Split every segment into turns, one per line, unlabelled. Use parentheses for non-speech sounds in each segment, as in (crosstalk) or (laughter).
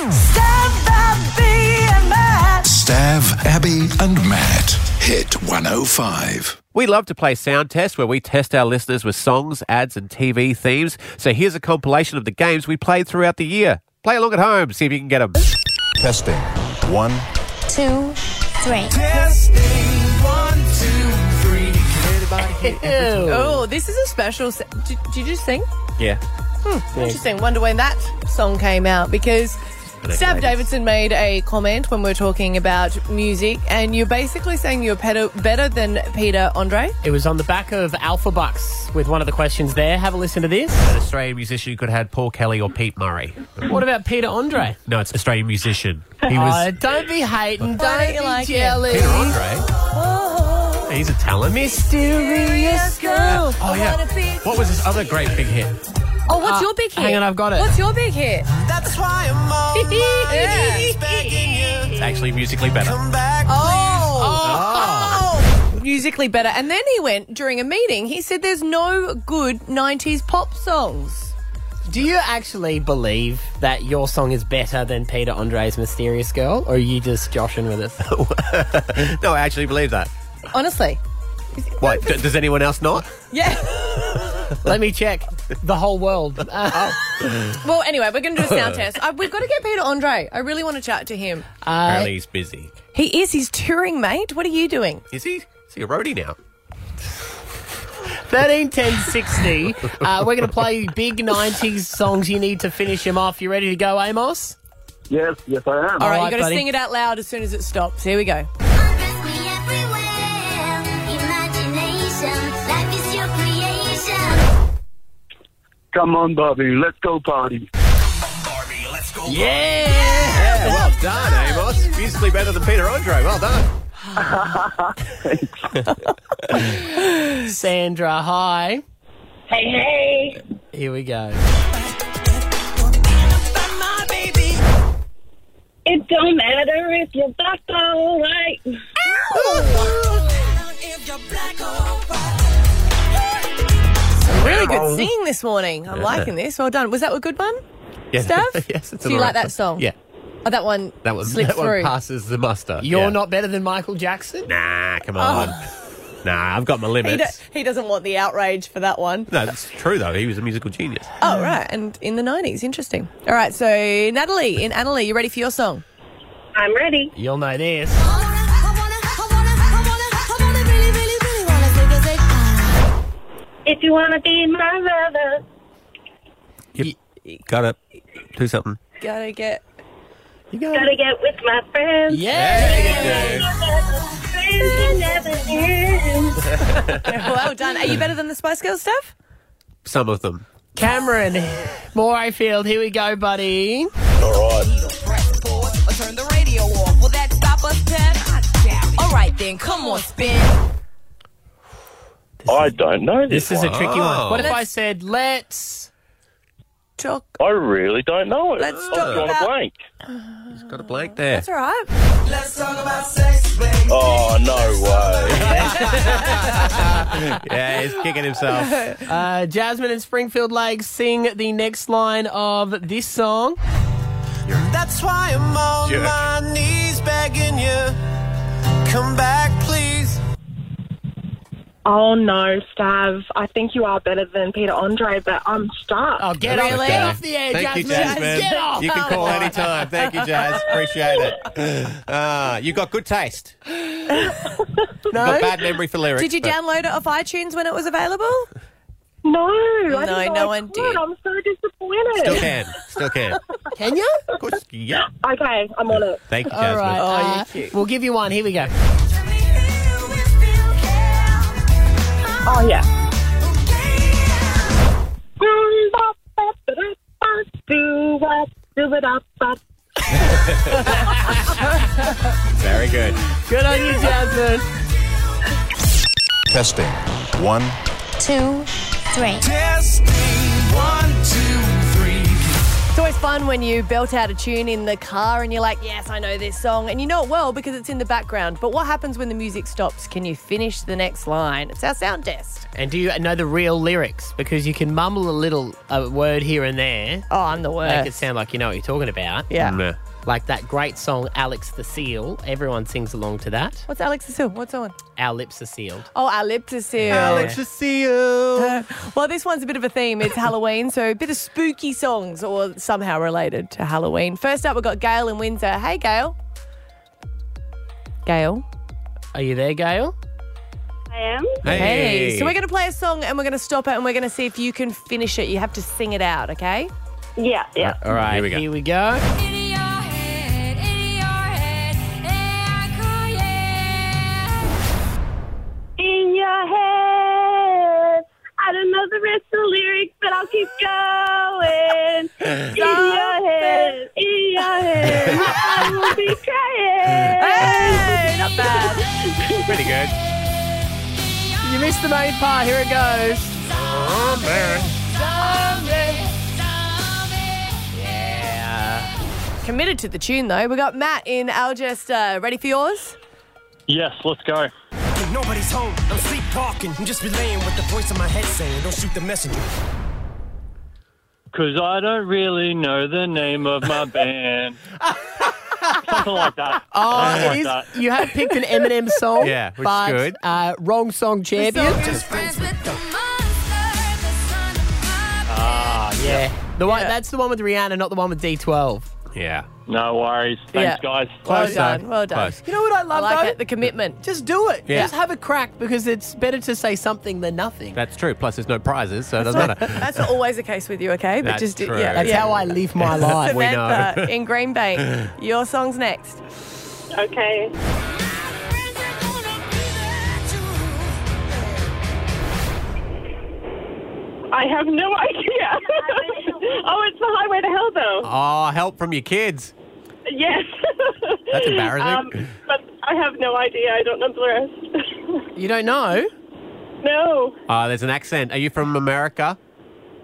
Stav, Abby, and Matt.
Stav, Abby, and Matt. Hit 105.
We love to play Sound Test, where we test our listeners with songs, ads, and TV themes. So here's a compilation of the games we played throughout the year. Play along at home, see if you can get them.
Testing. One.
two, three.
Oh, this is a special. Se- did, did you just sing?
Yeah.
Interesting. Wonder when that song came out because Stab Davidson made a comment when we were talking about music, and you're basically saying you're better, better than Peter Andre.
It was on the back of Alpha Bucks with one of the questions there. Have a listen to this.
An Australian musician who could have had Paul Kelly or Pete Murray.
What about Peter Andre?
No, it's Australian musician. He
Oh,
was
don't be
Why
hating. Don't
don't
be
you like it?
jealous.
Peter Andre. He's a talent.
Mysterious girl.
Oh yeah. What was his other great big hit?
Oh, what's your big hit?
hang on, I've got it.
What's your big hit?
That's why I'm always
Yeah.
begging you.
It's actually musically better.
Come back.
Oh. Musically better. And then he went during a meeting. He said there's no good 90s pop songs.
Do you actually believe that your song is better than Peter Andre's Mysterious Girl? Or are you just joshing with us? (laughs)
No, I actually believe that.
Honestly.
What? D- does anyone else not?
Uh,
Yeah. (laughs)
Let me check. The whole world. Uh,
well, anyway, we're going to do a sound test. I, we've got to get Peter Andre. I really want to chat to him.
Apparently he's busy.
He is. He's touring, mate. What are you doing?
Is he? Is he a roadie now?
13, 10, 60. Uh, we're going to play big 90s songs you need to finish him off. You ready to go, Amos?
Yes, yes, I am.
All right,
All right,
you got to
buddy.
sing it out loud as soon as it stops. Here we go.
Come on, Bobby, let's go party.
Yeah!
Yeah, well done, Amos. Musically better than Peter Andre. Well done.
Sandra, hi.
Hey, hey.
Here we go.
It don't matter if you're black or white.
Really good singing this morning. I'm liking this. Well done. Was that a good one?
Yeah.
Stav?
(laughs) yes, it's
Do you
all
like
right.
that song?
Yeah.
Oh, that one.
That one,
slipped
that one
through.
passes the muster.
You're
Yeah.
not better than Michael Jackson?
Nah, come on. Nah, I've got my
He, do-
limits.
he doesn't want the outrage for that one.
No, it's true though. He was a musical genius.
Oh, right. And in the 90s. Interesting. All right. So, Natalie, in Annalie, you ready for your song?
I'm ready.
You'll know this.
If you wanna be my lover,
Yep. Got it. Do something.
Gotta get.
You go.
gotta get with my friends.
Yeah.
Friends will never end.
(laughs) Well done. Are you better than the Spice Girls stuff?
Some of them.
Cameron, Morayfield, here we go, buddy.
turn the radio off. Will that stop us, Ted? I doubt it. All right, then. Come on, spin.
I don't know this.
This is a tricky
Wow.
one. What if
Let's-
I said, let's.
Talk.
I really don't know it.
Let's
I've
talk
drawn
about-
a blank.
Got a blank there.
That's all right.
Let's talk about sex, baby.
Oh no way!
Yeah, he's kicking himself.
Uh, Jasmine and Springfield Lake sing the next line of this song.
That's why I'm on
Jerk.
my knees begging you. Come back, please.
Oh no, Stav. I think you are better than Peter Andre, but I'm stuck.
Oh, get,
That's
off,
okay.
get off the air,
Thank you,
Jasmine.
Jasmine.
Get off.
You can call anytime. Thank you, Jazz. Appreciate it. Uh, you got good taste.
No.
Got bad memory for lyrics.
Did you
but-
download it off iTunes when it was available?
no, I
No,
didn't know I
no one
could.
did.
I'm so disappointed.
Still can. Still can.
Can you?
Of course. Yeah.
Okay, I'm on it.
Thank you,
All
Jasmine.
right.
Oh,
uh,
you're cute.
We'll give you one. Here we go.
Oh yeah.
Very good.
Good on you, Jasmine.
Testing. One.
Two, three.
Testing one, two, three.
It's always fun when you belt out a tune in the car and you're like, yes, I know this song. And you know it well because it's in the background. But what happens when the music stops? Can you finish the next line? It's our sound test.
And do you know the real lyrics? Because you can mumble a little uh, word here and there,
Oh, I'm the worst.
make it sound like you know what you're talking about.
yeah.
Nah.
Like that great song, Alex the Seal. Everyone sings along to that.
What's Alex's Seal? What's on?
Our lips are sealed.
Oh, our lips are sealed.
Alex, to see you.
Well, this one's a bit of a theme.
(laughs)
It's Halloween, so a bit of spooky songs or somehow related to Halloween. First up, we've got Gail in Windsor. Hey, Gail. Gail.
Are you there, Gail?
I am.
Hey. So we're going to play a song and we're going to stop it and we're going to see if you can finish it. You have to sing it out, okay?
Yeah, yeah.
All right,
Here we go.
go.
In your head. I don't know the rest of the lyrics, but I'll keep going. In your head. In your head. I will be
(laughs)
crying.
Hey, not bad.
pretty good.
You missed the main part. Here it goes. Yeah.
Committed to the tune, though. we got Matt in Algester. Ready for yours?
(laughs) Yes, let's go.
Nobody's home. I'm sleepwalking. I'm just relaying what the voice in my head saying. Don't shoot the messenger.
Because I don't really know the name of
(laughs)
my band. Something like that.
Oh,
Something
it is.
like
You have picked
(laughs)
an Eminem song.
Yeah, which is
but,
good.
Uh, wrong song champion. yeah. The one, That's the one with Rihanna, not the one with D12.
Yeah.
No worries. Thanks,
Yeah.
guys.
Well
Close,
done.
though.
Well done.
Close.
You know what I
I
love,
like
though?
it. The commitment.
Just do it.
Yeah.
Just have a crack because it's better to say something than nothing.
That's true. Plus, there's no prizes, so it doesn't (laughs) matter.
That's not always the case with you, okay? But
That's
just
true.
yeah,
That's
yeah.
how I live (laughs) my life.
We know.
Samantha in Green Bay. Your song's next.
Okay. I have no (laughs) idea. oh, it's the highway to hell, though.
Oh, help from your kids.
Yes. Um,
That's embarrassing.
but I have no idea. I don't know the rest.
You don't know?
no,
Oh, there's an accent. Are you from America?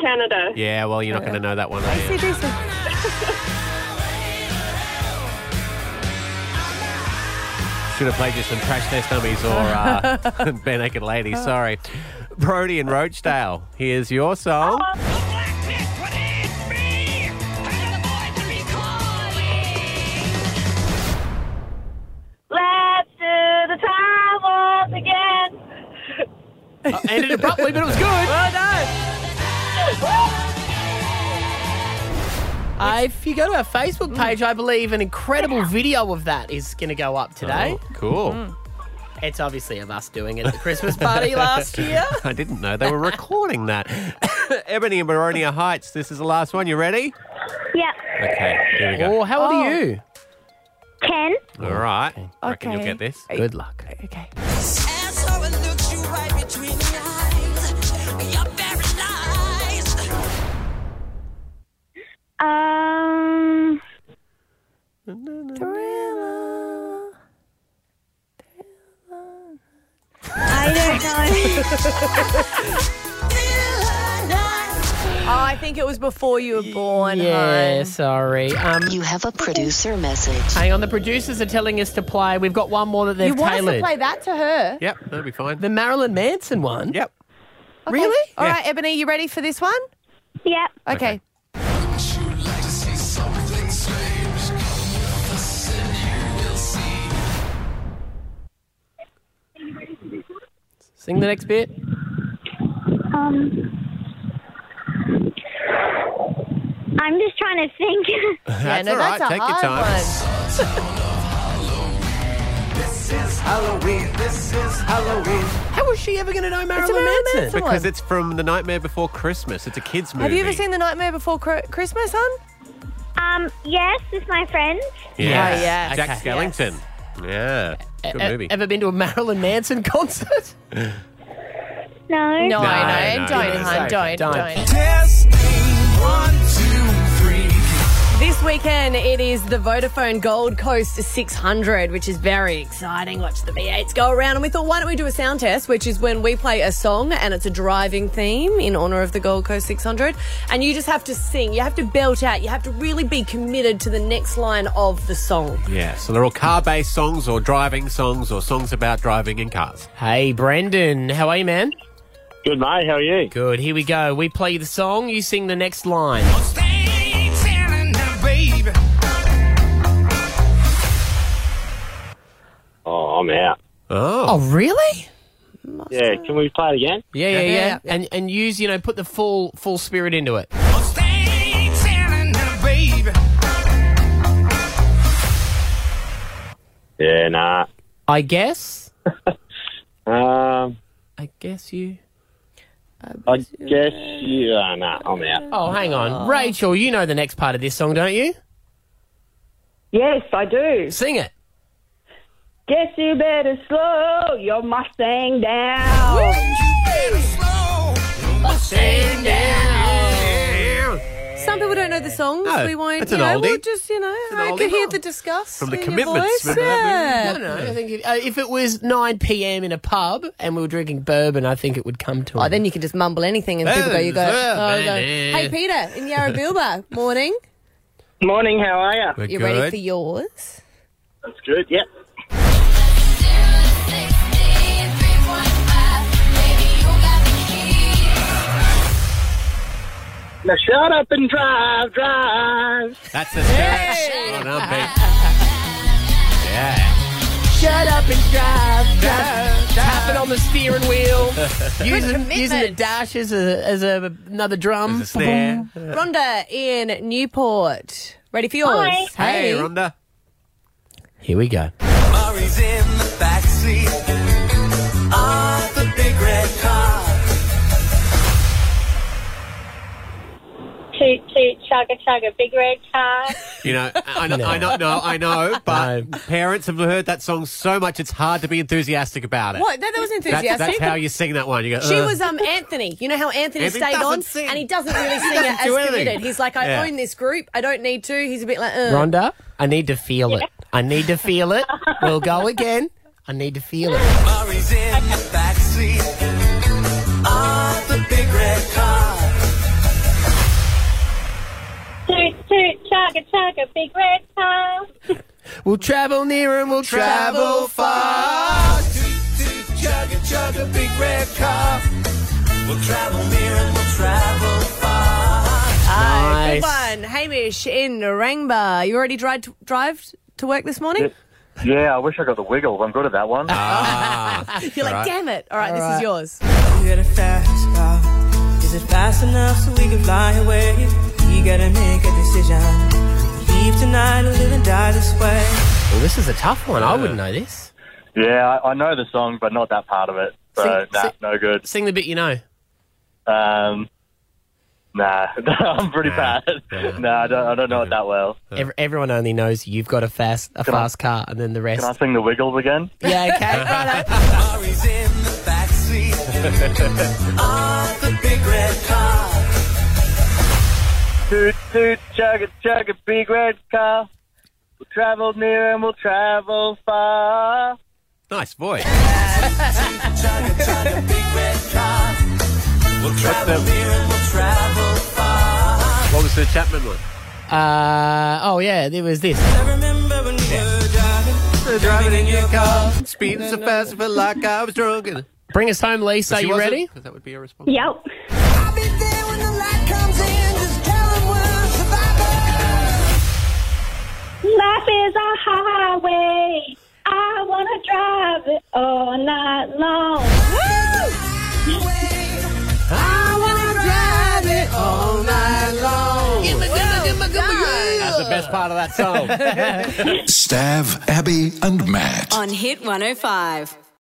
Canada.
Yeah, well, you're not going to know that one. Are you? Should have played you some Crash Test Dummies or (laughs) uh, Ben Naked Lady. Sorry. Brody and Roachdale. Here's your song.
Oh.
Let's do the time once again.
Ended abruptly, but it was good. Well done. Uh, if you go to our Facebook page, I believe an incredible video of that is going to go up today.
Oh, cool.
Hmm.
It's obviously of us doing it at the Christmas (laughs) party
(laughs)
last year.
(laughs) I didn't know they were recording that. (coughs) Ebony and Baronia Heights. This is the last one. You ready?
Yeah.
Okay, here we go.
Oh, how old are
Oh.
you?
Ten.
All right. I reckon you'll
Okay.
get this.
Good luck.
Okay.
Um. I don't know.
(laughs)
(laughs)
Oh, I think it was before you were born.
Yeah,
hon.
sorry. Um,
You have a producer message.
hang on, the producers are telling us to play. We've got one more that they've
You want us to
tailored.
play that to her?
Yep, that'll be fine.
the Marilyn Manson one.
Yep.
Really?
All
Yeah.
right, Ebony, you ready for this one?
yep.
Okay.
Sing the next bit.
Um. I'm just trying to think. (laughs)
yeah, no,
all right.
that's a
Take your
hard
time.
one.
How was she ever going to know Marilyn
Marilyn
Manson?
Manson.
Because it's from The Nightmare Before Christmas. It's a kids' movie.
Have you ever seen The Nightmare Before Cro- Christmas, hon?
um. Yes, with my friends.
Yeah,
Oh, yes.
Jack
Okay.
Skellington. Yeah, good
E-
movie.
Ever been to a Marilyn Manson (laughs) concert?
No.
No, no,
no,
don't,
no,
hon,
no.
don't,
Don't.
don't.
Testing one, two, three.
This weekend it is the Vodafone Gold Coast 600, which is very exciting. Watch the V8s go around, and we thought, why don't we do a sound test, which is when we play a song and it's a driving theme in honor of the Gold Coast 600, and you just have to sing, you have to belt out, you have to really be committed to the next line of the song.
Yeah, so they're all car based songs or driving songs or songs about driving in cars.
Hey, Brendan, how are you, man? Good, mate. How are you? Good. Here we go. We play the song. You sing the next line.
Oh, I'm out.
Oh, really?
Yeah, can we play it again?
Yeah, yeah, yeah. And and use you know put the full full spirit into it.
Yeah, nah.
I guess.
Um,
I guess you.
I guess you. Uh, nah, I'm out.
Oh, hang on, Rachel. You know the next part of this song, don't you?
Yes, I do.
Sing it.
Guess you better slow your Mustang down.
Mustang down. Some people don't know the songs.
No,
we won't.
that's
you
an
know, we'll
oldie.
just you know,
an
I could
oldie.
hear the disgust
From the
in
Commitments,
Your voice.
remember that
Yeah.
No, no. I think if, uh, if it was 9 p.m. in a pub and we were drinking bourbon, I think it would come to.
Oh, then you can just mumble anything and people go, you go, oh, you go, hey Peter
(laughs)
in Yarrabilba, morning.
Morning, how are
you
you?
ready for yours?
That's good, yep. Now shut up and drive, drive.
That's the spirit. Well done, Pete. Yeah.
Shut up and drive, drive, Tap it on the steering (laughs) wheel. using, using the dash as, a, as a, another drum.
snare.
Rhonda in Newport. Ready for yours?
Hey,
Rhonda.
Here we go.
Murray's in the backseat of the big red car.
Toot, toot, chugga, chugga, big red (laughs) car.
You know, I know, I know, no, I
(laughs)
know, but parents have heard that song so much it's hard to be enthusiastic about it.
What? That, that was
That's,
enthusiastic.
that's how you sing that one. You go.
She
"Ugh."
was um Anthony. You know how Anthony,
Anthony
stayed on,
doesn't sing.
and he doesn't really
(laughs) He
sing
doesn't
it
do
as
anything.
committed. He's like, I
Yeah.
own this group. I don't need to. He's a bit like, uh.
Rhonda, I need to feel it. I need to feel it. We'll go (laughs) again. I need to feel it.
Murray's in the backseat of the big red car.
Toot, toot, chugga, chugga, big red car.
We'll travel near and we'll travel far.
Chug a chug a big red car. We'll travel near and we'll travel far.
Ah,
Nice.
Good one. Hamish in Narangba. You already drive to, drive to work this morning?
Yeah, I wish I got the wiggles. I'm good at that one.
(laughs) You're like, damn it. Ah, All right, this is yours.
You got a fast car. Is it fast enough so we can fly away? We gotta make a decision. Leave tonight or live and die this way.
Well, this is a tough one. I wouldn't know this.
Yeah, I, I know the song, but not that part of it. So,
Sing-
nah,
sing-
no good.
Sing the bit you know.
Um, nah, (laughs) I'm pretty bad. nah, I don't, I don't know it that well.
Ev- everyone only knows you've got a fast a
Can I-
fast car, and then the rest.
Can I sing the wiggles again?
Yeah,
(laughs)
okay.
Murray's in the backseat of the big red car.
Toot toot chugga chugga big red car. We'll travel near and we'll travel far.
Nice voice.
Chugga chugga big red car. We'll travel near and we'll travel far.
What was the Chapman one?
Uh, oh yeah, there was this.
I remember when we were driving, driving in your car.
Speeding so fast, I felt like I was drunk. And...
Bring us home, Lisa.
But she
you
wasn't,
ready?
'cause that would be a response.
Yep. Life is a highway. I wanna drive it all night long.
I wanna drive it all night long. Give me, give me, give me, give me.
That's the best part of that song.
Stav, Abby, and Matt.
oh On Hit 105.